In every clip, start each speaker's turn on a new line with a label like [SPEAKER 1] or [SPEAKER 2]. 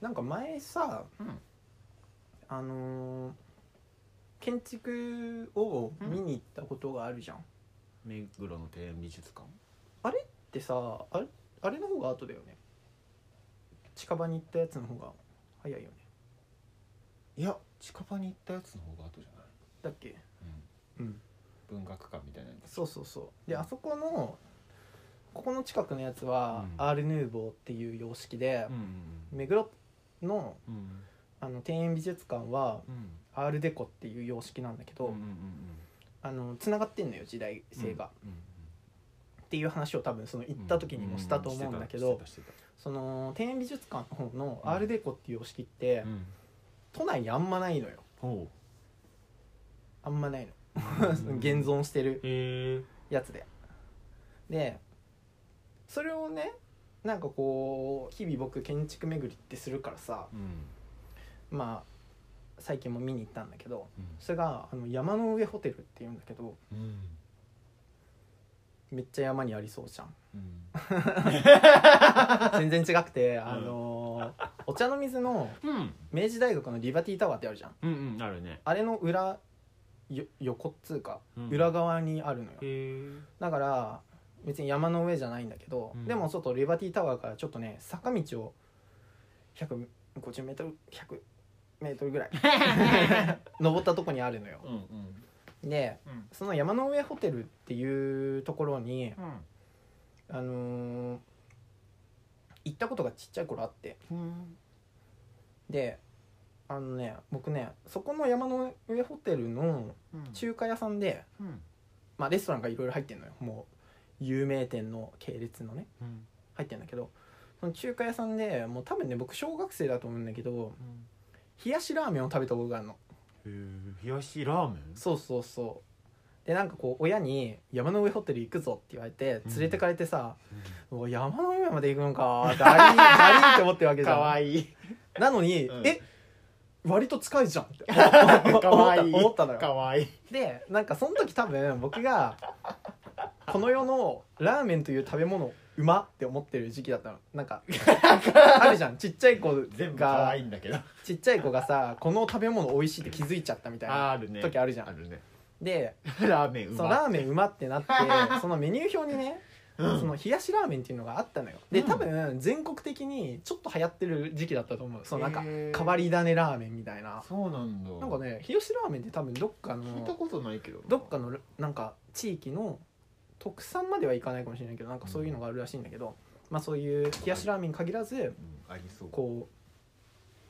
[SPEAKER 1] なんか前さ
[SPEAKER 2] うん
[SPEAKER 1] あのー建築を見に行ったことがあるじゃん、
[SPEAKER 2] 目黒の庭園美術館
[SPEAKER 1] でさあれあれの方が後だよね近場に行ったやつの方が早いよね
[SPEAKER 2] いや近場に行ったやつの方が後じゃない、
[SPEAKER 1] だっけうん
[SPEAKER 2] 文学館みたいなやつ
[SPEAKER 1] そうそうそうであそこのここの近くのやつは、
[SPEAKER 2] うん
[SPEAKER 1] アール・ヌーボーっていう様式で
[SPEAKER 2] う、ん
[SPEAKER 1] 目黒の
[SPEAKER 2] うんうん
[SPEAKER 1] あの庭園美術館は
[SPEAKER 2] うん
[SPEAKER 1] アールデコっていう様式なんだけど、
[SPEAKER 2] うんうん
[SPEAKER 1] あの繋がってんのよ時代
[SPEAKER 2] うん
[SPEAKER 1] 性が、
[SPEAKER 2] うんうん
[SPEAKER 1] っていう話を多分その行
[SPEAKER 2] うん
[SPEAKER 1] った時にもしたと思うんだけど、
[SPEAKER 2] うしてたして
[SPEAKER 1] その庭園美術館の方の
[SPEAKER 2] うん
[SPEAKER 1] アールデコっていう様式って、
[SPEAKER 2] たうん
[SPEAKER 1] 都内にあんまないのよ
[SPEAKER 2] ほ
[SPEAKER 1] あんまないの
[SPEAKER 2] う
[SPEAKER 1] 現存してる
[SPEAKER 2] へえ
[SPEAKER 1] やつででそれをねなんかこう日々僕建築巡りってするからさ
[SPEAKER 2] うん
[SPEAKER 1] まあ最近も見に行ったんだけど
[SPEAKER 2] うん
[SPEAKER 1] それがあの山の上ホテルっていうんだけど
[SPEAKER 2] うん
[SPEAKER 1] めっちゃ山にありそうじゃん
[SPEAKER 2] うん
[SPEAKER 1] 全然違くてあのーお茶の水の
[SPEAKER 2] うん
[SPEAKER 1] 明治大学のリバティタワーってあるじゃん
[SPEAKER 2] うんうんあるね
[SPEAKER 1] あれの裏よ横っつうか
[SPEAKER 2] うん
[SPEAKER 1] 裏側にあるのよ、
[SPEAKER 2] へえ
[SPEAKER 1] だから別に山の上じゃないんだけど、
[SPEAKER 2] うん
[SPEAKER 1] でもちょっとリバティタワーからちょっとね坂道を150メートル100メートル ぐらい登ったとこにあるのよ
[SPEAKER 2] うんうん
[SPEAKER 1] で
[SPEAKER 2] うん
[SPEAKER 1] その山の上ホテルっていうところにあのー行ったことがちっちゃい頃あって
[SPEAKER 2] うん
[SPEAKER 1] であのね僕ねそこの山の上ホテルの
[SPEAKER 2] うん
[SPEAKER 1] 中華屋さんで、
[SPEAKER 2] うん
[SPEAKER 1] まあ、レストランがいろいろ入ってんのよもう有名店の系列のね
[SPEAKER 2] うん
[SPEAKER 1] 入ってんだけどその中華屋さんでもう多分ね僕小学生だと思うんだけど
[SPEAKER 2] うん
[SPEAKER 1] 冷やしラーメンを食べたことがあるの
[SPEAKER 2] へえ冷やしラーメン
[SPEAKER 1] そうそうそうでなんかこう親に「山の上ホテル行くぞ」って言われて連れてかれてさ「うわ山の上まで行くのかだりだり」って思ってるわけじゃん
[SPEAKER 2] いい
[SPEAKER 1] なのに、
[SPEAKER 2] うん
[SPEAKER 1] え割と近いじゃんって
[SPEAKER 2] 可愛い
[SPEAKER 1] 思った思ったのよ
[SPEAKER 2] わいい
[SPEAKER 1] でなんかその時多分僕がこの世のラーメンという食べ物うまって思ってる時期だったのなん かあるじゃんちっちゃい子
[SPEAKER 2] 全部可
[SPEAKER 1] が
[SPEAKER 2] 愛いんだけど
[SPEAKER 1] ちっちゃい子がさこの食べ物美味しいって気づいちゃったみたいな
[SPEAKER 2] あるね
[SPEAKER 1] 時あるじゃん、
[SPEAKER 2] あるね
[SPEAKER 1] で
[SPEAKER 2] ラーメンう
[SPEAKER 1] その
[SPEAKER 2] ま
[SPEAKER 1] ラーメンうまって なってそのメニュー表にね、
[SPEAKER 2] うん
[SPEAKER 1] その冷やしラーメンっていうのがあったのよで
[SPEAKER 2] うん
[SPEAKER 1] 多分全国的にちょっと流行ってる時期だったと思うそのなんか変
[SPEAKER 2] へー
[SPEAKER 1] わり種ラーメンみたいな
[SPEAKER 2] そうなんだ
[SPEAKER 1] なんかね冷やしラーメンって多分どっか
[SPEAKER 2] 聞いた
[SPEAKER 1] の
[SPEAKER 2] ことないけどな
[SPEAKER 1] どっかのなんか地域の特産まではいかないかもしれないけどなんかそういうのがあるらしいんだけど、まあそういう冷やしラーメンに限らず
[SPEAKER 2] うんありそう
[SPEAKER 1] こ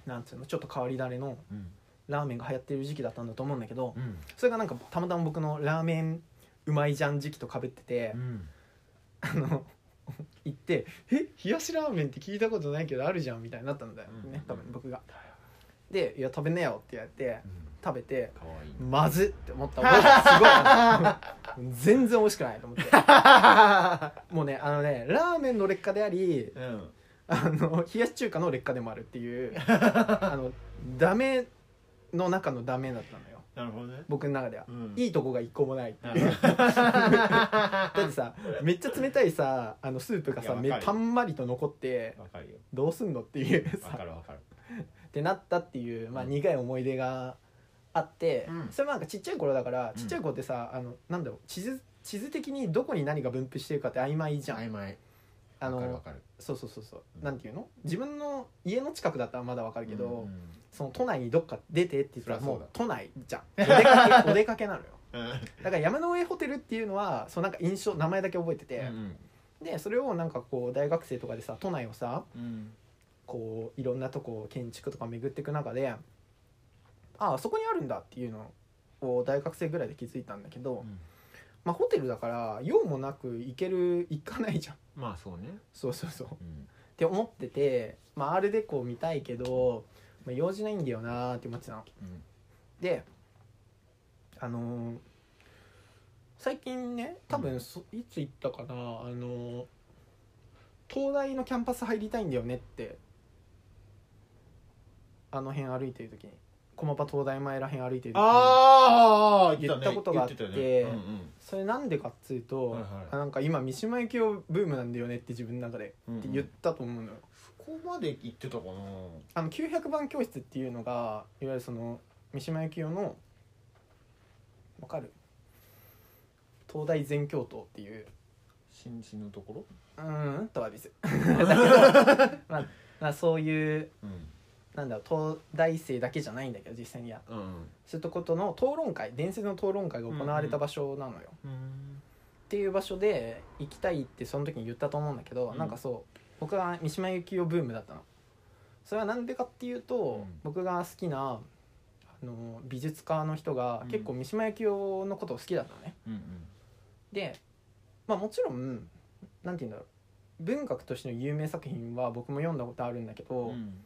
[SPEAKER 1] うなんつうのちょっと変わり種の
[SPEAKER 2] うん
[SPEAKER 1] ラーメンが流行ってる時期だったんだと思うんだけど、
[SPEAKER 2] うん
[SPEAKER 1] それがなんかたまたま僕のラーメンうまいじゃん時期とかぶってて、
[SPEAKER 2] うん
[SPEAKER 1] あの行って「え冷やしラーメンって聞いたことないけどあるじゃん」みたいになったんだよ
[SPEAKER 2] うんうんう
[SPEAKER 1] ね
[SPEAKER 2] ん
[SPEAKER 1] 多分僕が。で「いや食べなよ」って言われて食べて
[SPEAKER 2] 可愛い
[SPEAKER 1] 「まずっ!」って思 った覚えがすごい全然美味しくないと思 ってもうねあのねラーメンの劣化であり
[SPEAKER 2] うん
[SPEAKER 1] あの冷やし中華の劣化でもあるっていう あのダメの中のダメだったのよ
[SPEAKER 2] なるほどね
[SPEAKER 1] 僕の中では。
[SPEAKER 2] うん
[SPEAKER 1] いいとこが一個もないって
[SPEAKER 2] な
[SPEAKER 1] いう
[SPEAKER 2] るほど
[SPEAKER 1] だ ってさめっちゃ冷たいさあのスープが
[SPEAKER 2] い
[SPEAKER 1] さ
[SPEAKER 2] や
[SPEAKER 1] め
[SPEAKER 2] わかる
[SPEAKER 1] たんまりと残って
[SPEAKER 2] わかるよ
[SPEAKER 1] どうすんのっていう
[SPEAKER 2] わか
[SPEAKER 1] さ
[SPEAKER 2] るわかる
[SPEAKER 1] ってなったっていう、まあ、
[SPEAKER 2] うん
[SPEAKER 1] 苦い思い出があって、
[SPEAKER 2] うん
[SPEAKER 1] それもなんかちっちゃい頃だから
[SPEAKER 2] うん
[SPEAKER 1] ちっちゃい子ってさあのなんだろう地図地図的にどこに何が分布してるかって曖昧じゃん、
[SPEAKER 2] 曖昧
[SPEAKER 1] あ
[SPEAKER 2] わかるわ
[SPEAKER 1] の
[SPEAKER 2] かる
[SPEAKER 1] そうそうそうそう
[SPEAKER 2] うん
[SPEAKER 1] なんていうの自分の家の近くだったらまだわかるけど、
[SPEAKER 2] うん
[SPEAKER 1] その都内にどっか出てって言ったら
[SPEAKER 2] そりゃ
[SPEAKER 1] も
[SPEAKER 2] そうだ
[SPEAKER 1] う都内じゃんお出かけお出か けなのよ
[SPEAKER 2] うん
[SPEAKER 1] だから山の上ホテルっていうのはそうなんか印象名前だけ覚えてて、
[SPEAKER 2] うん
[SPEAKER 1] でそれをなんかこう大学生とかでさ都内をさ
[SPEAKER 2] うん
[SPEAKER 1] こういろんなとこ建築とか巡っていく中でああそこにあるんだっていうのを大学生ぐらいで気づいたんだけど、
[SPEAKER 2] うん
[SPEAKER 1] まあホテルだから用もなく行ける行かないじゃん
[SPEAKER 2] まあそうね
[SPEAKER 1] そうそうそうっ
[SPEAKER 2] うん
[SPEAKER 1] て思っててまああれでこう見たいけど、まあ、用事ないんだよなーって思ってたの
[SPEAKER 2] うん
[SPEAKER 1] であのー最近ね多分そいつ行ったかな、あのー東大のキャンパス入りたいんだよねってあの辺歩いてる時に駒場東大前ら辺歩いてる時に
[SPEAKER 2] ああ
[SPEAKER 1] 言ったことがあってそれなんでかっつうと、
[SPEAKER 2] はいはい
[SPEAKER 1] あなんか今三島由紀夫ブームなんだよねって自分の中でって言ったと思うのよ、
[SPEAKER 2] そこまで行ってたかな
[SPEAKER 1] あの900番教室っていうのがいわゆるその三島由紀夫のわかる東大全教頭っていう
[SPEAKER 2] 新人のところ
[SPEAKER 1] うーんとは別 まあまあそういう
[SPEAKER 2] うん
[SPEAKER 1] なんだろう東大生だけじゃないんだけど実際にや
[SPEAKER 2] うん
[SPEAKER 1] そういうとことの討論会伝説の討論会が行われた場所なのよ、っ
[SPEAKER 2] うん
[SPEAKER 1] ていう場所で行きたいってその時に言ったと思うんだけど、
[SPEAKER 2] うん
[SPEAKER 1] なんかそう僕が三島由紀夫ブームだったのそれはなんでかっていうと、
[SPEAKER 2] うん
[SPEAKER 1] 僕が好きなあの美術家の人が
[SPEAKER 2] うん
[SPEAKER 1] 結構三島由紀夫のことを好きだったのね、
[SPEAKER 2] うん
[SPEAKER 1] でまあもちろんなんて言うんだろう文学としての有名作品は僕も読んだことあるんだけど、
[SPEAKER 2] うん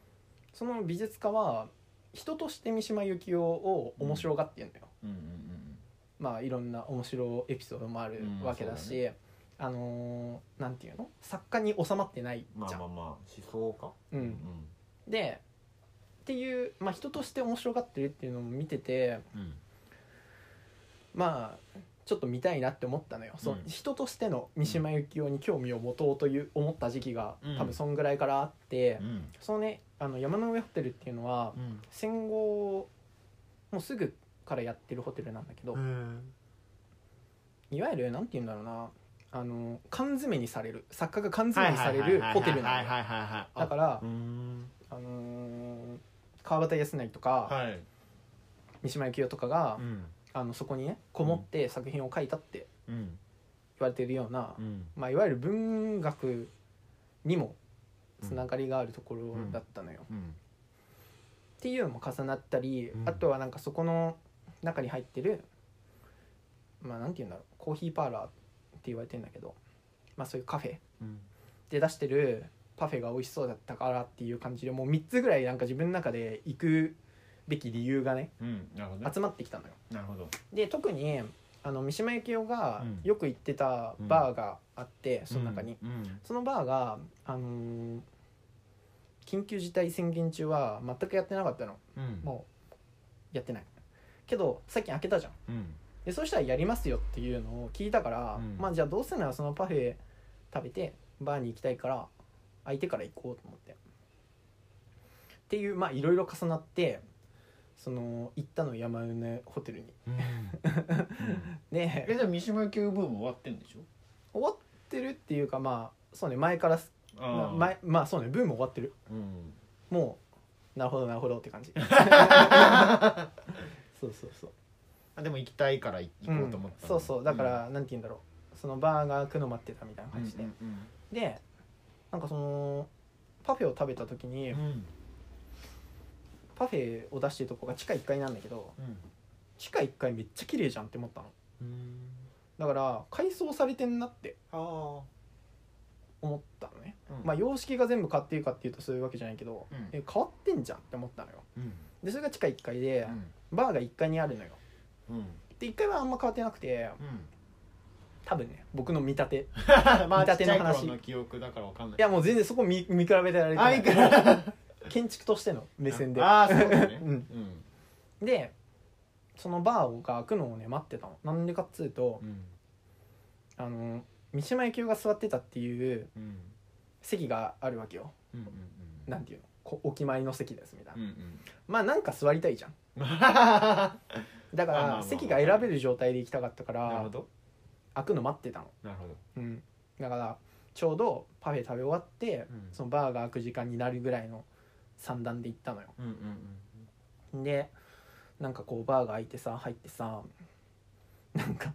[SPEAKER 1] その美術家は人として三島由紀夫を面白がってんのよ、
[SPEAKER 2] うんうん
[SPEAKER 1] まあいろんな面白いエピソードもある
[SPEAKER 2] うん
[SPEAKER 1] わけだ
[SPEAKER 2] そ
[SPEAKER 1] し、
[SPEAKER 2] う
[SPEAKER 1] あのーなんていうの作家に収まってない
[SPEAKER 2] ま
[SPEAKER 1] じ
[SPEAKER 2] あ
[SPEAKER 1] ゃん、
[SPEAKER 2] まあまあ思想か
[SPEAKER 1] う、
[SPEAKER 2] うん
[SPEAKER 1] でっていう、まあ、人として面白がってるっていうのも見てて
[SPEAKER 2] うん
[SPEAKER 1] まあちょっと見たいなって思ったのよ、その
[SPEAKER 2] うん
[SPEAKER 1] 人としての三島由紀夫に興味を持とうという思った時期が
[SPEAKER 2] うん
[SPEAKER 1] 多分そんぐらいからあって、
[SPEAKER 2] うん
[SPEAKER 1] そのねあの山の上ホテルっていうのは
[SPEAKER 2] うん
[SPEAKER 1] 戦後もうすぐからやってるホテルなんだけど、
[SPEAKER 2] うん
[SPEAKER 1] いわゆるなんて言うんだろうなあの缶詰にされる作家が缶詰にされるホテルなのよ
[SPEAKER 2] はいはいはい
[SPEAKER 1] だから
[SPEAKER 2] うーん
[SPEAKER 1] あのー川端康成とか、
[SPEAKER 2] はい
[SPEAKER 1] 三島由紀夫とかが、
[SPEAKER 2] うん
[SPEAKER 1] あのそこにねこもって作品を書いたって
[SPEAKER 2] うん
[SPEAKER 1] 言われてるような、
[SPEAKER 2] うん
[SPEAKER 1] まあ、いわゆる文学にもつながりがあるところだったのよ。
[SPEAKER 2] うん
[SPEAKER 1] っていうのも重なったり、
[SPEAKER 2] うん
[SPEAKER 1] あとはなんかそこの中に入ってるまあなんて言うんだろうコーヒーパーラーって言われてんだけど、まあ、そういうカフェ
[SPEAKER 2] うん
[SPEAKER 1] で出してるパフェが美味しそうだったからっていう感じでもう3つぐらいなんか自分の中で行くべき理由がね
[SPEAKER 2] うんなるほどね
[SPEAKER 1] 集まってきたのよ。
[SPEAKER 2] なるほど
[SPEAKER 1] で特にあの三島由紀夫が
[SPEAKER 2] うん
[SPEAKER 1] よく行ってたバーがあって、その中に、
[SPEAKER 2] うん
[SPEAKER 1] そのバーが、あのー緊急事態宣言中は全くやってなかったの
[SPEAKER 2] うん
[SPEAKER 1] もうやってないけど最近開けたじゃん
[SPEAKER 2] うん
[SPEAKER 1] でそしたらやりますよっていうのを聞いたから、
[SPEAKER 2] うん
[SPEAKER 1] まあじゃあどうせならそのパフェ食べてバーに行きたいから相手から行こうと思ってっていうまあいろいろ重なってその行ったの山うねホテルに
[SPEAKER 2] うん
[SPEAKER 1] で
[SPEAKER 2] えじゃあ三島由紀夫ブーム終わってんでしょ
[SPEAKER 1] 終わってるっていうかまあそうね前からすまあ
[SPEAKER 2] ー
[SPEAKER 1] 前まあそうねブーム終わってる
[SPEAKER 2] うん
[SPEAKER 1] もうなるほどなるほどって 感じそうそうそう
[SPEAKER 2] あでも行きたいから行こうと思った
[SPEAKER 1] うん
[SPEAKER 2] の
[SPEAKER 1] そうそうだから、なんて言うんだろうそのバーが来るの待ってたみたいな
[SPEAKER 2] うん
[SPEAKER 1] 感じで、
[SPEAKER 2] うんうん
[SPEAKER 1] でなんかそのパフェを食べた時に、
[SPEAKER 2] うん
[SPEAKER 1] パフェを出してるとこが地下1階なんだけど地下1階めっちゃ綺麗じゃんって思ったの
[SPEAKER 2] うん
[SPEAKER 1] だから改装されてんなって
[SPEAKER 2] ああ
[SPEAKER 1] 思ったのね、
[SPEAKER 2] うん
[SPEAKER 1] まあ様式が全部変わってるかっていうとそういうわけじゃないけど、
[SPEAKER 2] うん
[SPEAKER 1] え変わってんじゃんって思ったのよ
[SPEAKER 2] うん
[SPEAKER 1] でそれが地下1階で、
[SPEAKER 2] うん
[SPEAKER 1] バーが1階にあるのよ
[SPEAKER 2] うん
[SPEAKER 1] で1階はあんま変わってなくて
[SPEAKER 2] うん
[SPEAKER 1] 多分ね僕の見立て
[SPEAKER 2] まあ
[SPEAKER 1] 見
[SPEAKER 2] ち
[SPEAKER 1] 立
[SPEAKER 2] ってち
[SPEAKER 1] の
[SPEAKER 2] ゃ
[SPEAKER 1] 話
[SPEAKER 2] い頃の記憶だからわかんない
[SPEAKER 1] いやもう全然そこ見見比べてられて
[SPEAKER 2] あ
[SPEAKER 1] ないい
[SPEAKER 2] いから
[SPEAKER 1] 建築としての目線で
[SPEAKER 2] ああそうだね
[SPEAKER 1] うん
[SPEAKER 2] うん
[SPEAKER 1] でそのバーが開くのをね待ってたのなんでかっつうと
[SPEAKER 2] うん
[SPEAKER 1] あの三島由紀夫が座ってたっていう
[SPEAKER 2] うん
[SPEAKER 1] 席があるわけよ
[SPEAKER 2] うんうんうん
[SPEAKER 1] なんていうのこお決まりの席ですみたいな、
[SPEAKER 2] うんうん
[SPEAKER 1] まあなんか座りたいじゃん
[SPEAKER 2] な
[SPEAKER 1] だか
[SPEAKER 2] まあまあま
[SPEAKER 1] ら
[SPEAKER 2] あ
[SPEAKER 1] 席が選べる状態で行きたかったか
[SPEAKER 2] るほ
[SPEAKER 1] ら
[SPEAKER 2] ど
[SPEAKER 1] 開くの待ってたの
[SPEAKER 2] なるほど
[SPEAKER 1] うんだからちょうどパフェ食べ終わって、
[SPEAKER 2] うん
[SPEAKER 1] そのバーが開く時間になるぐらいの三段で行ったのよ
[SPEAKER 2] うんうん
[SPEAKER 1] でなんかこうバーが開いてさ入ってさなんか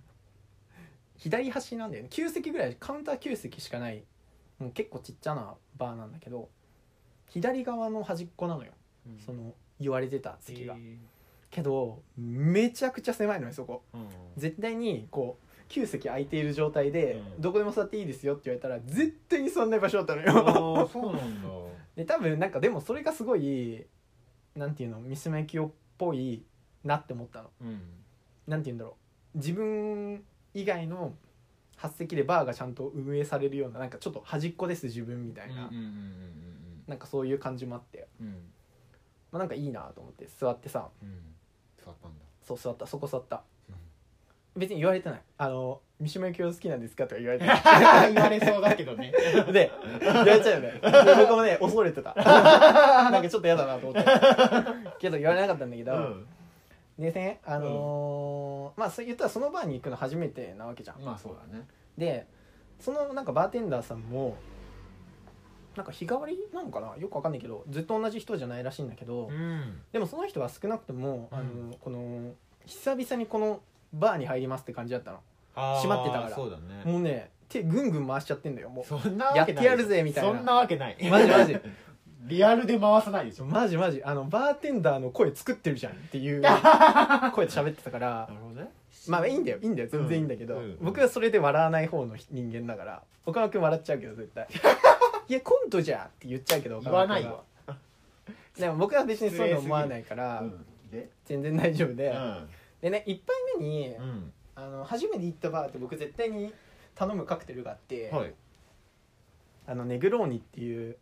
[SPEAKER 1] 左端なんだよね9席ぐらいカウンター9席しかないもう結構ちっちゃなバーなんだけど左側の端っこなのよ
[SPEAKER 2] うん
[SPEAKER 1] その言われてた席が
[SPEAKER 2] えー
[SPEAKER 1] けどめちゃくちゃ狭いのよそこ
[SPEAKER 2] うん
[SPEAKER 1] 絶対にこう9席空いている状態で、
[SPEAKER 2] うん
[SPEAKER 1] どこでも座っていいですよって言われたら絶対に座んない場所だったの
[SPEAKER 2] あ
[SPEAKER 1] よ
[SPEAKER 2] ーそうなんだ
[SPEAKER 1] で多分なんかでもそれがすごいなんていうの三島由紀夫っぽいなって思ったの
[SPEAKER 2] うん
[SPEAKER 1] なんて言うんだろう自分以外の発席でバーがちゃんと運営されるようななんかちょっと端っこです自分みたいな、
[SPEAKER 2] うんうん
[SPEAKER 1] なんかそういう感じもあって、
[SPEAKER 2] うんうんうんうん
[SPEAKER 1] まあ、なんかいいなと思って座ってさ
[SPEAKER 2] うん座ったんだ
[SPEAKER 1] そう座ったそこ座った別に言われてない「あの三島由紀夫好きなんですか?」とか言われて ない
[SPEAKER 3] 言われそうだけどね
[SPEAKER 1] で言われちゃうよ ねで僕もね恐れてたなんかちょっと嫌だなと思ってけど言われなかったんだけ
[SPEAKER 3] う
[SPEAKER 1] ど、
[SPEAKER 3] ん
[SPEAKER 1] でねあのーまあそう言ったらそのバーに行くの初めてなわけじゃん
[SPEAKER 3] まあそうだね
[SPEAKER 1] でそのなんかバーテンダーさんもなんか日替わりなのかなよくわかんないけどずっと同じ人じゃないらしいんだけど、
[SPEAKER 3] うん
[SPEAKER 1] でもその人は少なくとも、
[SPEAKER 3] うん
[SPEAKER 1] あのこの久々にこのバーに入りますって感じだったの、閉まってたから
[SPEAKER 2] そうだね
[SPEAKER 1] もうね手ぐんぐん回しちゃってんだよもう
[SPEAKER 3] そんなわけない
[SPEAKER 1] やってやるぜみたいな
[SPEAKER 3] そんなわけない
[SPEAKER 1] マジマジ
[SPEAKER 3] リアルで回さないでしょ
[SPEAKER 1] マジマジあのバーテンダーの声作ってるじゃんっ ていう声で喋ってたから
[SPEAKER 3] るほどね
[SPEAKER 1] まあいいんだよいいんだよ全然いいんだけど、
[SPEAKER 2] うんうん
[SPEAKER 1] 僕はそれで笑わない方の人間だから岡野君笑っちゃうけど絶 対いやコントじゃんって言っちゃうけど
[SPEAKER 3] 言わないわ
[SPEAKER 1] 岡野君はでも僕は別にそういうの思わないから、
[SPEAKER 3] うんで
[SPEAKER 1] 全然大丈夫で、
[SPEAKER 3] うん
[SPEAKER 1] でね一杯目に、
[SPEAKER 3] うん
[SPEAKER 1] あの初めて行ったバーって僕絶対に頼むカクテルがあって、
[SPEAKER 3] はい
[SPEAKER 1] あのネグローニっていう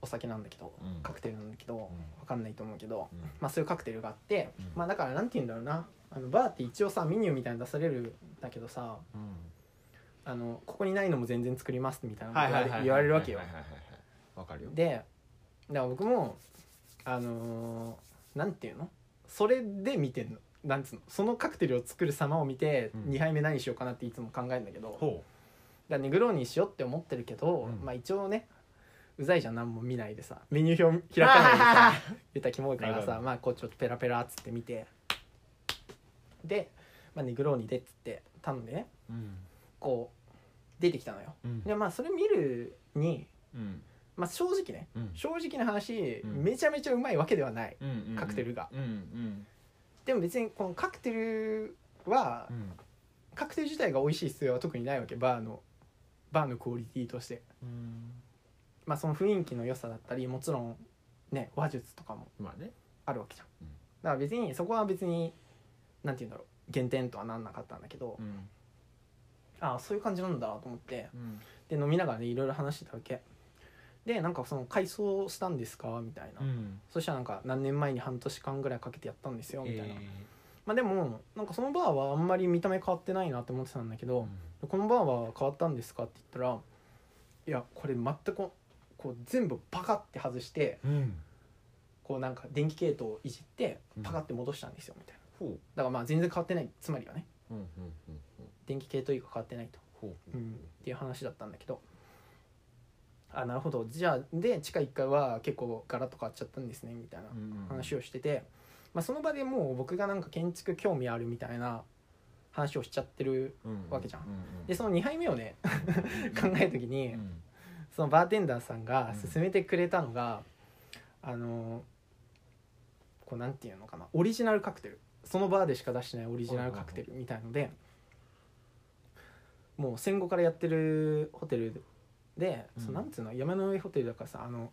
[SPEAKER 1] お酒なんだけど、
[SPEAKER 2] うん
[SPEAKER 1] カクテルなんだけど、わ
[SPEAKER 2] うん
[SPEAKER 1] かんないと思うけど、
[SPEAKER 2] うん
[SPEAKER 1] まあ、そういうカクテルがあって、
[SPEAKER 2] うん
[SPEAKER 1] まあだからなんて言うんだろうなあのバーって一応さメニューみたいなの出されるんだけどさあのここにないのも全然作りますみたいなこと言われ言われるわけよ
[SPEAKER 2] はいはいはいはいはいわかるよ
[SPEAKER 1] でだから僕もあのーなんていうのそれで見てんのなんつうのそのカクテルを作る様を見て、
[SPEAKER 2] うん
[SPEAKER 1] 2杯目何しようかなっていつも考えるんだけどだか
[SPEAKER 2] ほ
[SPEAKER 1] らネグローニしようって思ってるけど、
[SPEAKER 2] うん
[SPEAKER 1] まあ一応ねうざいじゃん何も見ないでさメニュー表開かないで さ言ったらキモいから
[SPEAKER 2] なるほ
[SPEAKER 1] さ
[SPEAKER 2] ど
[SPEAKER 1] まあこうちょっとペラペラっつって見てで、まあ、ネグローニでっつって頼んでね
[SPEAKER 2] ううん
[SPEAKER 1] こう出てきたのよ
[SPEAKER 2] うん
[SPEAKER 1] でまあそれ見るに、
[SPEAKER 2] うん
[SPEAKER 1] まあ、正直ね
[SPEAKER 2] うん
[SPEAKER 1] 正直な話、
[SPEAKER 2] うん
[SPEAKER 1] めちゃめちゃうまいわけではない
[SPEAKER 2] うんうんうん
[SPEAKER 1] カクテルが
[SPEAKER 2] うんうん
[SPEAKER 1] でも別にこのカクテルは、
[SPEAKER 2] うん
[SPEAKER 1] カクテル自体が美味しい必要は特にないわけバーのバーのクオリティとして
[SPEAKER 2] うん
[SPEAKER 1] まあその雰囲気の良さだったりもちろんね話術とかも
[SPEAKER 2] まあね
[SPEAKER 1] あるわけじゃん、
[SPEAKER 2] うん
[SPEAKER 1] だから別にそこは別になんて言うんだろう減点とはなんなかったんだけど、
[SPEAKER 2] うん
[SPEAKER 1] ああそういう感じなんだと思って
[SPEAKER 2] うん
[SPEAKER 1] で飲みながらねいろいろ話してたわけでなんかその「改装したんですか?」みたいな、
[SPEAKER 2] うん
[SPEAKER 1] そしたらなんか何年前に半年間ぐらいかけてやったんですよみたいな、
[SPEAKER 2] え
[SPEAKER 1] まあでもなんかそのバーはあんまり見た目変わってないなって思ってたんだけ
[SPEAKER 2] ー
[SPEAKER 1] ど、このバーは変わったんですかって言ったらいやこれ全くこうこう全部パカって外して
[SPEAKER 2] うん
[SPEAKER 1] こうなんか電気系統をいじって
[SPEAKER 2] うん
[SPEAKER 1] パカって戻したんですよみたいな、
[SPEAKER 2] ほ
[SPEAKER 1] だからまあ全然変わってないつまりはね
[SPEAKER 2] ううんうんうんうん
[SPEAKER 1] 電気系統以外変わってないと、
[SPEAKER 2] ほう
[SPEAKER 1] うんっていう話だったんだけどあなるほどじゃあで地下1階は結構ガラッと変わっちゃったんですねみたいな
[SPEAKER 2] うん
[SPEAKER 1] 話
[SPEAKER 2] を
[SPEAKER 1] をしてて、まあ、その場でもう僕がなんか建築興味あるみたいな話をしちゃってるわけじゃんでその2杯目をね考えた時に
[SPEAKER 2] うん
[SPEAKER 1] そのバーテンダーさんが
[SPEAKER 2] うん
[SPEAKER 1] 勧めてくれたのが、あのこうなんていうのかなオリジナルカクテルそのバーでしか出してないオリジナルカクテルみたいのでもう戦後からやってるホテルで、
[SPEAKER 2] うん
[SPEAKER 1] そのなんつうの山の上ホテルだからさあの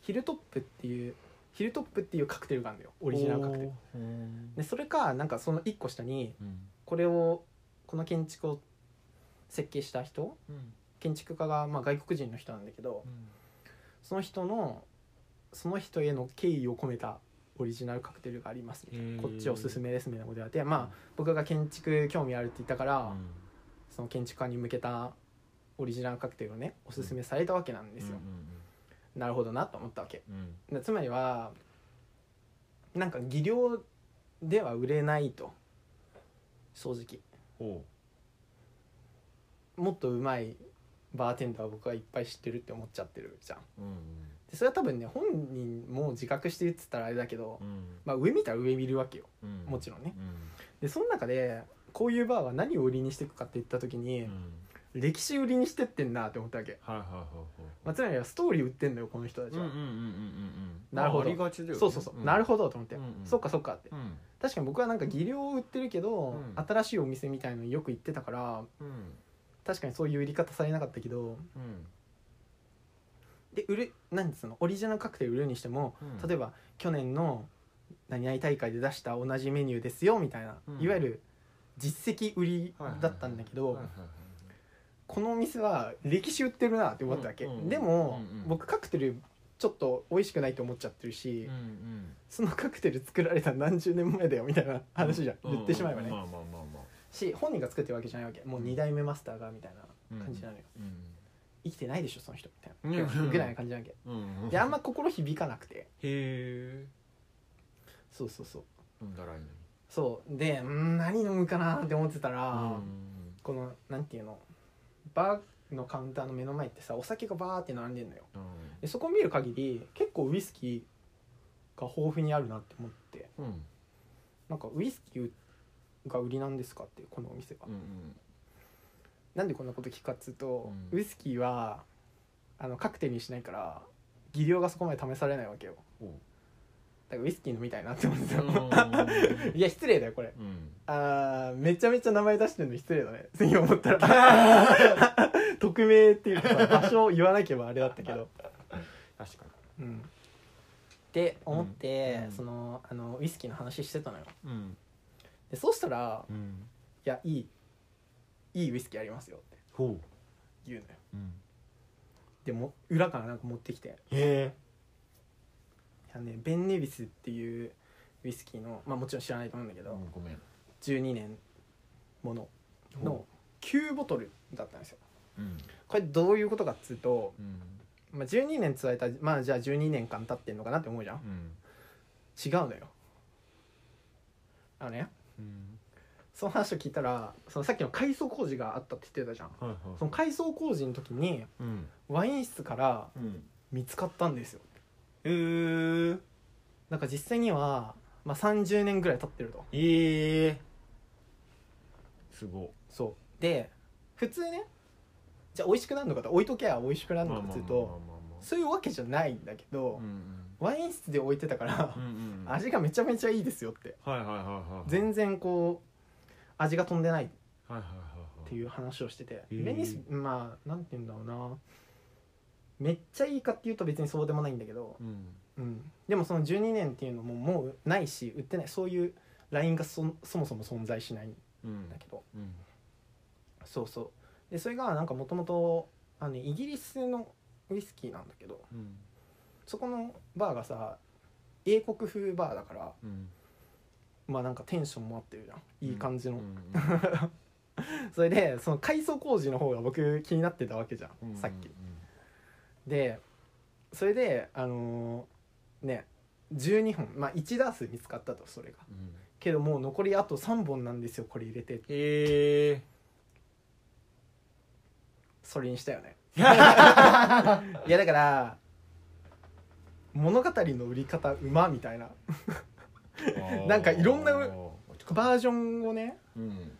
[SPEAKER 1] ヒルトップっていうヒルトップっていうカクテルがあるんだよオ
[SPEAKER 2] オ
[SPEAKER 1] リジナルカクテル
[SPEAKER 2] うん
[SPEAKER 1] でそれかなんかその1個下に
[SPEAKER 2] うん
[SPEAKER 1] これをこの建築を設計した人
[SPEAKER 2] うん
[SPEAKER 1] 建築家がまあ外国人の人なんだけどその人のその人への敬意を込めたオリジナルカクテルがありますみたい
[SPEAKER 2] へ
[SPEAKER 1] な
[SPEAKER 2] ー
[SPEAKER 1] こっちおすすめですみたいなことやってまあ僕が建築興味あるって言ったから、その建築家に向けたオリジナルカクテルをねおすすめされたわけなんですよ、なるほどなと思ったわけ
[SPEAKER 2] うんうん
[SPEAKER 1] でつまりはなんか技量では売れないと正直
[SPEAKER 2] ほ
[SPEAKER 1] もっとうまいバーテンダーを僕はいっぱい知ってるって思っちゃってるじゃん
[SPEAKER 2] ううん
[SPEAKER 1] でそれは多分ね本人も自覚してるっつったらあれだけど、
[SPEAKER 2] うん
[SPEAKER 1] まあ、上見たら上見るわけよ
[SPEAKER 2] うん
[SPEAKER 1] もちろんね
[SPEAKER 2] うん
[SPEAKER 1] でその中でこういうバーは何を売りにしていくかって言った時に、
[SPEAKER 2] うん
[SPEAKER 1] 歴史売りにしてってんなって思ったわけ、
[SPEAKER 2] はいはいはいはい
[SPEAKER 1] まあ、つまりはストーリー売ってんのよこの人たち
[SPEAKER 2] うん
[SPEAKER 1] は、
[SPEAKER 2] うんうんうんうん
[SPEAKER 1] なるほど
[SPEAKER 2] まあありがちだよね
[SPEAKER 1] そうそうそう、なる
[SPEAKER 2] ほ
[SPEAKER 1] ほどと思って、
[SPEAKER 2] うんうん
[SPEAKER 1] そっかそっかって
[SPEAKER 2] どうん
[SPEAKER 1] 確かに僕はなんか技量を売ってるけど、
[SPEAKER 2] うん
[SPEAKER 1] 新しいお店みたいのによく行ってたから
[SPEAKER 2] うん
[SPEAKER 1] 確かにそういう売り方されなかったけど
[SPEAKER 2] うん
[SPEAKER 1] で売る何つうのオリジナルカクテル売るにしても、
[SPEAKER 2] うん
[SPEAKER 1] 例えば去年の何々大会で出した同じメニューですよみたいな、
[SPEAKER 2] うん
[SPEAKER 1] いわゆる実績売り
[SPEAKER 2] はいはいはい
[SPEAKER 1] だったんだけど、
[SPEAKER 2] はいはいはい
[SPEAKER 1] このお店は歴史売ってるなって思ったわけ、
[SPEAKER 2] うんうんうん
[SPEAKER 1] でも、
[SPEAKER 2] うんうん
[SPEAKER 1] 僕カクテルちちょっと美味しくないと思っちゃってるし、
[SPEAKER 2] ん
[SPEAKER 1] そのカクテル作られた何十年前だよみたいな話じゃん、
[SPEAKER 2] うん
[SPEAKER 1] 言ってしまえばね、
[SPEAKER 2] まあまあまあまあ
[SPEAKER 1] し本人が作ってるわけじゃないわけもう2代目マスターがみたいな感じなのよ、
[SPEAKER 2] う
[SPEAKER 1] 生きてないでしょその人
[SPEAKER 2] う
[SPEAKER 1] み
[SPEAKER 2] ん
[SPEAKER 1] たいなぐらいな感じなわけ
[SPEAKER 2] んうん
[SPEAKER 1] であんま心響かなくて
[SPEAKER 2] へえ
[SPEAKER 1] そうそうそう
[SPEAKER 2] 飲んだらいいのに
[SPEAKER 1] そうでうん何飲むかなって思ってたら、
[SPEAKER 2] うん
[SPEAKER 1] このなんていうのバーのカウンターの目の前ってさお酒がバーって並んでんのよでそこ見る限り結構ウイスキーが豊富にあるなって思って
[SPEAKER 2] うんうん
[SPEAKER 1] なんかウイスキーが売りなんですかってこのお店は、
[SPEAKER 2] うん
[SPEAKER 1] なんでこんなこと聞くかっつうと、
[SPEAKER 2] うん
[SPEAKER 1] ウイスキーはあのカクテルにしないから技量がそこまで試されないわけよ
[SPEAKER 2] おう
[SPEAKER 1] だからウイスキー飲みたいなって思ってた、
[SPEAKER 2] う
[SPEAKER 1] いや失礼だよこれ
[SPEAKER 2] ん
[SPEAKER 1] あーめちゃめちゃ名前出してるの失礼だね次思った ら匿名っていうかさ場所を言わなければあれだったけど、
[SPEAKER 2] 確か
[SPEAKER 1] うん、って思って、
[SPEAKER 2] うん
[SPEAKER 1] そのあのウイスキーの話してたのよ
[SPEAKER 2] にうん
[SPEAKER 1] でそうしたら「
[SPEAKER 2] うん
[SPEAKER 1] いやいいいいウイスキーありますよ」って
[SPEAKER 2] ほう
[SPEAKER 1] 言うのよ
[SPEAKER 2] うん
[SPEAKER 1] でも裏からなんか持ってきてい
[SPEAKER 3] へ
[SPEAKER 1] や、ね、ベン・ネビスっていうウイスキーの、まあ、もちろん知らないと思うんだけど、
[SPEAKER 2] ごめん
[SPEAKER 1] 12年ものの
[SPEAKER 2] ほ
[SPEAKER 1] 9ボトルだったんですよ
[SPEAKER 2] うん
[SPEAKER 1] これどういうことかっつうと
[SPEAKER 2] うん
[SPEAKER 1] まあ、12年続いたらまあじゃあ12年間経ってんのかなって思うじゃん
[SPEAKER 2] うん
[SPEAKER 1] 違うのよあのね
[SPEAKER 2] うん
[SPEAKER 1] その話を聞いたらそのさっきの改装工事があったって言ってたじゃん
[SPEAKER 2] はいはい
[SPEAKER 1] その改装工事の時に
[SPEAKER 2] うん
[SPEAKER 1] ワイン室から
[SPEAKER 2] うん
[SPEAKER 1] 見つかったんですよ
[SPEAKER 2] えー
[SPEAKER 1] なんか実際には、まあ、30年ぐらい経ってると
[SPEAKER 2] ええすご
[SPEAKER 1] そうで普通ねじゃあ美味しくなるのかと置いとけば美味しくなるのかっていうとそういうわけじゃないんだけど、
[SPEAKER 2] うん
[SPEAKER 1] ワイン室で置いてたから
[SPEAKER 2] うんう、んうんはい
[SPEAKER 1] 味がめちゃめちゃいいですよって
[SPEAKER 2] はいはいはい
[SPEAKER 1] 全然こう味が飛んでない
[SPEAKER 2] はいはいはい
[SPEAKER 1] っ
[SPEAKER 2] は
[SPEAKER 1] ていう話をしてて、
[SPEAKER 2] へー
[SPEAKER 1] ベニスまあなんて言うんだろうなめっちゃいいかっていうと別にそうでもないんだけど、
[SPEAKER 2] うん
[SPEAKER 1] うん、でもその12年っていうのももうないし売ってないそういうラインがそそもそも存在しないん
[SPEAKER 2] うん
[SPEAKER 1] だけど
[SPEAKER 2] うん
[SPEAKER 1] そうそうでそれがなんかもともとあのねイギリスのウイスキーなんだけど
[SPEAKER 2] うん
[SPEAKER 1] そこのバーがさ英国風バーだから
[SPEAKER 2] うん
[SPEAKER 1] まあなんかテンションもあってるじゃんいい感じの、
[SPEAKER 2] うん
[SPEAKER 1] それでその改装工事の方が僕気になってたわけじゃ
[SPEAKER 2] うん
[SPEAKER 1] ん、
[SPEAKER 2] うん
[SPEAKER 1] さっきでそれであのーね12本まあ1ダース見つかったとそれが
[SPEAKER 2] うん
[SPEAKER 1] けどもう残りあと3本なんですよこれ入れて
[SPEAKER 2] へえ
[SPEAKER 1] それにしたよ ねいやだから物語の売り方うまみたいななんかいろんなバージョンをね
[SPEAKER 2] うん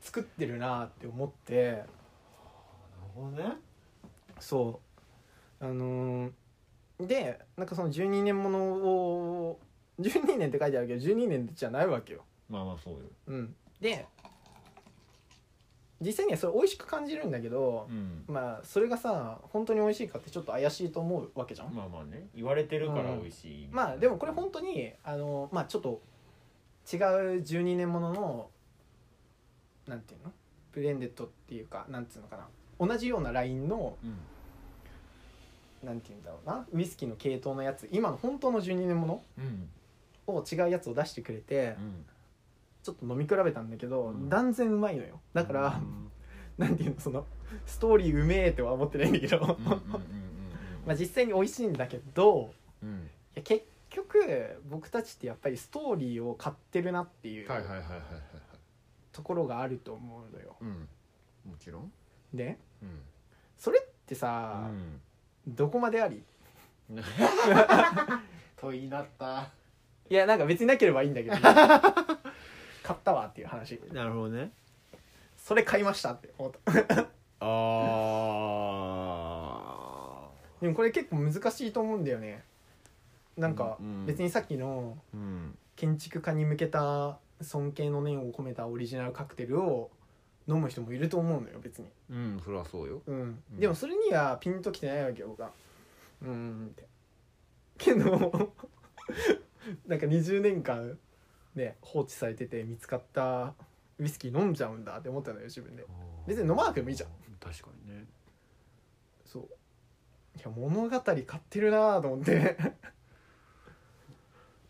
[SPEAKER 1] 作ってるなって思って
[SPEAKER 3] なるほどね
[SPEAKER 1] そうあのーでなんかその12年ものを12年って書いてあるけど12年じゃないわけよ
[SPEAKER 2] まあまあそうよ
[SPEAKER 1] うん、で実際にはそれ美味しく感じるんだけど、
[SPEAKER 2] うん
[SPEAKER 1] まあそれがさ本当に美味しいかってちょっと怪しいと思うわけじゃん、
[SPEAKER 2] まあまあね
[SPEAKER 3] 言われてるから美味しい
[SPEAKER 1] まあでもこれ本当にあのまあちょっと違う12年もののなんていうのブレンデッドっていうかなんつうのかな同じようなラインの
[SPEAKER 2] うん
[SPEAKER 1] なんていうんだろうなウイスキーの系統のやつ今の本当の12年もの
[SPEAKER 2] うん
[SPEAKER 1] を違うやつを出してくれて、
[SPEAKER 2] うん
[SPEAKER 1] ちょっと飲み比べたんだけど、
[SPEAKER 2] うん
[SPEAKER 1] 断然うまいのよだから、
[SPEAKER 2] うん
[SPEAKER 1] なんていうのそのストーリーうめえとは思ってないんだけど、
[SPEAKER 2] うんうんうんうん
[SPEAKER 1] まあ実際に美味しいんだけど
[SPEAKER 2] うん
[SPEAKER 1] いや結局僕たちってやっぱりストーリーを買ってるなっていう
[SPEAKER 2] はいはいはいはいはいはい
[SPEAKER 1] ところがあると思うのよ。
[SPEAKER 2] うんもちろん
[SPEAKER 1] で
[SPEAKER 2] うん
[SPEAKER 1] それってさ、どこまであり
[SPEAKER 2] うん
[SPEAKER 3] 問いになった
[SPEAKER 1] いやなんか別になければいいんだけど 買ったわっていう話
[SPEAKER 2] なるほどね
[SPEAKER 1] それ買いましたって思った
[SPEAKER 2] あ
[SPEAKER 1] でもこれ結構難しいと思うんだよねなんか
[SPEAKER 2] うんうん
[SPEAKER 1] 別にさっきの
[SPEAKER 2] ーうん
[SPEAKER 1] 建築家に向けた尊敬の念を込めたオリジナルカクテルを飲む人もいると思うのよ別に、
[SPEAKER 2] うんそりゃそうよ
[SPEAKER 1] うん
[SPEAKER 2] うん
[SPEAKER 1] でもそれにはピンときてないわけよ僕はうーんってけど なんか20年間ね放置されてて見つかったウイスキー飲んじゃうんだって思ったのよ自分で別に飲まなくてもいいじゃん
[SPEAKER 2] 確かにね
[SPEAKER 1] そういや物語買ってるなと思って、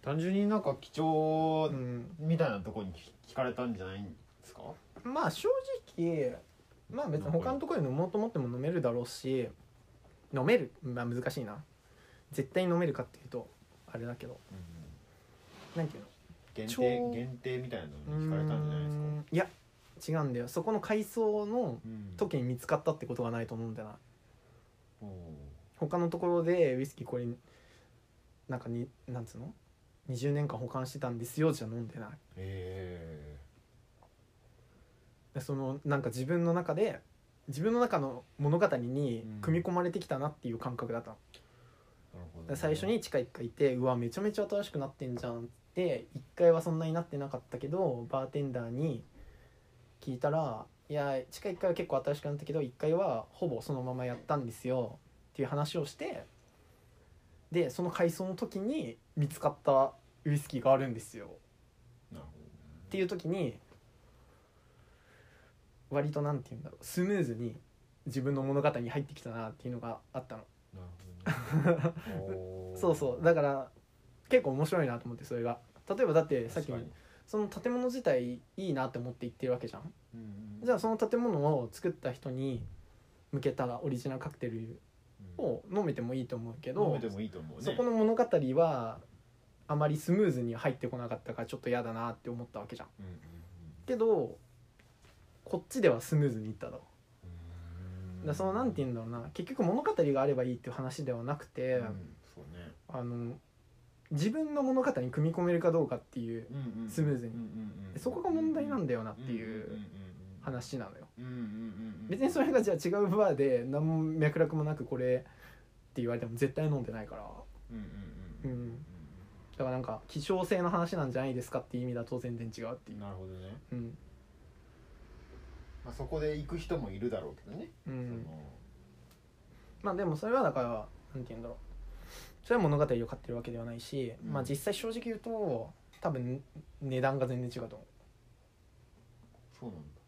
[SPEAKER 2] 単純になんか貴重
[SPEAKER 1] うん、
[SPEAKER 2] みたいなところに聞かれたんじゃないんですか
[SPEAKER 1] まあ正直まあ別に他のところで飲もうと思っても飲めるだろうし飲めるまあ難しいな絶対飲めるかっていうとあれだけど何ていうの
[SPEAKER 2] 限
[SPEAKER 1] 超
[SPEAKER 2] 定限定みたいなのに聞かれたんじゃないですか
[SPEAKER 1] うーんいや違うんだよそこの階層の
[SPEAKER 2] うん
[SPEAKER 1] 時に見つかったってことがないと思うんだよな
[SPEAKER 2] おー
[SPEAKER 1] 他のところでウイスキーこれなんかになんつうの20年間保管してたんですよじゃ飲んでない
[SPEAKER 2] え
[SPEAKER 1] でそのなんか自分の中で自分の中の物語に
[SPEAKER 2] うん
[SPEAKER 1] 組み込まれてきたなっていう感覚だったの、
[SPEAKER 2] ーなるほど
[SPEAKER 1] で
[SPEAKER 2] ね
[SPEAKER 1] 最初に地下1階いてうわめちゃめちゃ新しくなってんじゃんって1階はそんなになってなかったけどバーテンダーに聞いたら「いや地下1階は結構新しくなったけど1階はほぼそのままやったんですよ」っていう話をしてでその改装の時に見つかったウイスキーがあるんですよ
[SPEAKER 2] なる
[SPEAKER 1] っていう時に割となんて言うんだろうスムーズに自分の物語に入ってきたなっていうのがあったの
[SPEAKER 2] ほどねおー
[SPEAKER 1] そうそうだから結構面白いなと思ってそれが例えばだってさっき
[SPEAKER 2] 確かに
[SPEAKER 1] その建物自体いいなって思って言ってるわけじゃん
[SPEAKER 2] うんうん
[SPEAKER 1] じゃあその建物を作った人に向けたオリジナルカクテルを飲めてもいいと思うけ
[SPEAKER 2] 飲
[SPEAKER 1] ど
[SPEAKER 2] めてもいいと思うね
[SPEAKER 1] そこの物語はあまりスムーズに入ってこなかったからちょっと嫌だなって思ったわけじゃん
[SPEAKER 2] うんうんうん
[SPEAKER 1] けどこっちではスムーズにいっただろ
[SPEAKER 2] う
[SPEAKER 1] だからそのなんて言うんだろうな結局物語があればいいっていう話ではなくて、
[SPEAKER 2] うんそうね
[SPEAKER 1] あの自分の物語に組み込めるかどうかっていう
[SPEAKER 2] うんうん
[SPEAKER 1] スムーズに
[SPEAKER 2] うんうんうん
[SPEAKER 1] そこが問題なんだよなっ
[SPEAKER 2] うん
[SPEAKER 1] てい
[SPEAKER 2] ん
[SPEAKER 1] うん
[SPEAKER 2] ん
[SPEAKER 1] 話なのよ
[SPEAKER 2] うんうんうんうん
[SPEAKER 1] 別にそれがじゃあ違うバーで何も脈絡もなくこれって言われても絶対飲んでないから
[SPEAKER 2] うんうんうんうん
[SPEAKER 1] だからなんか希少性の話なんじゃないですかっていう意味だと全然違うっていう
[SPEAKER 2] なるほどね
[SPEAKER 1] うん
[SPEAKER 2] まあそこで行く人もいるだろうけどね
[SPEAKER 1] う
[SPEAKER 2] そ
[SPEAKER 1] ん
[SPEAKER 2] の
[SPEAKER 1] まあでもそれはだからなんて言うんだろうそれは物語を買ってるわけではないし、
[SPEAKER 2] うん
[SPEAKER 1] まあ実際正直言うと多分値段が全然違うと思う
[SPEAKER 2] そうなんだ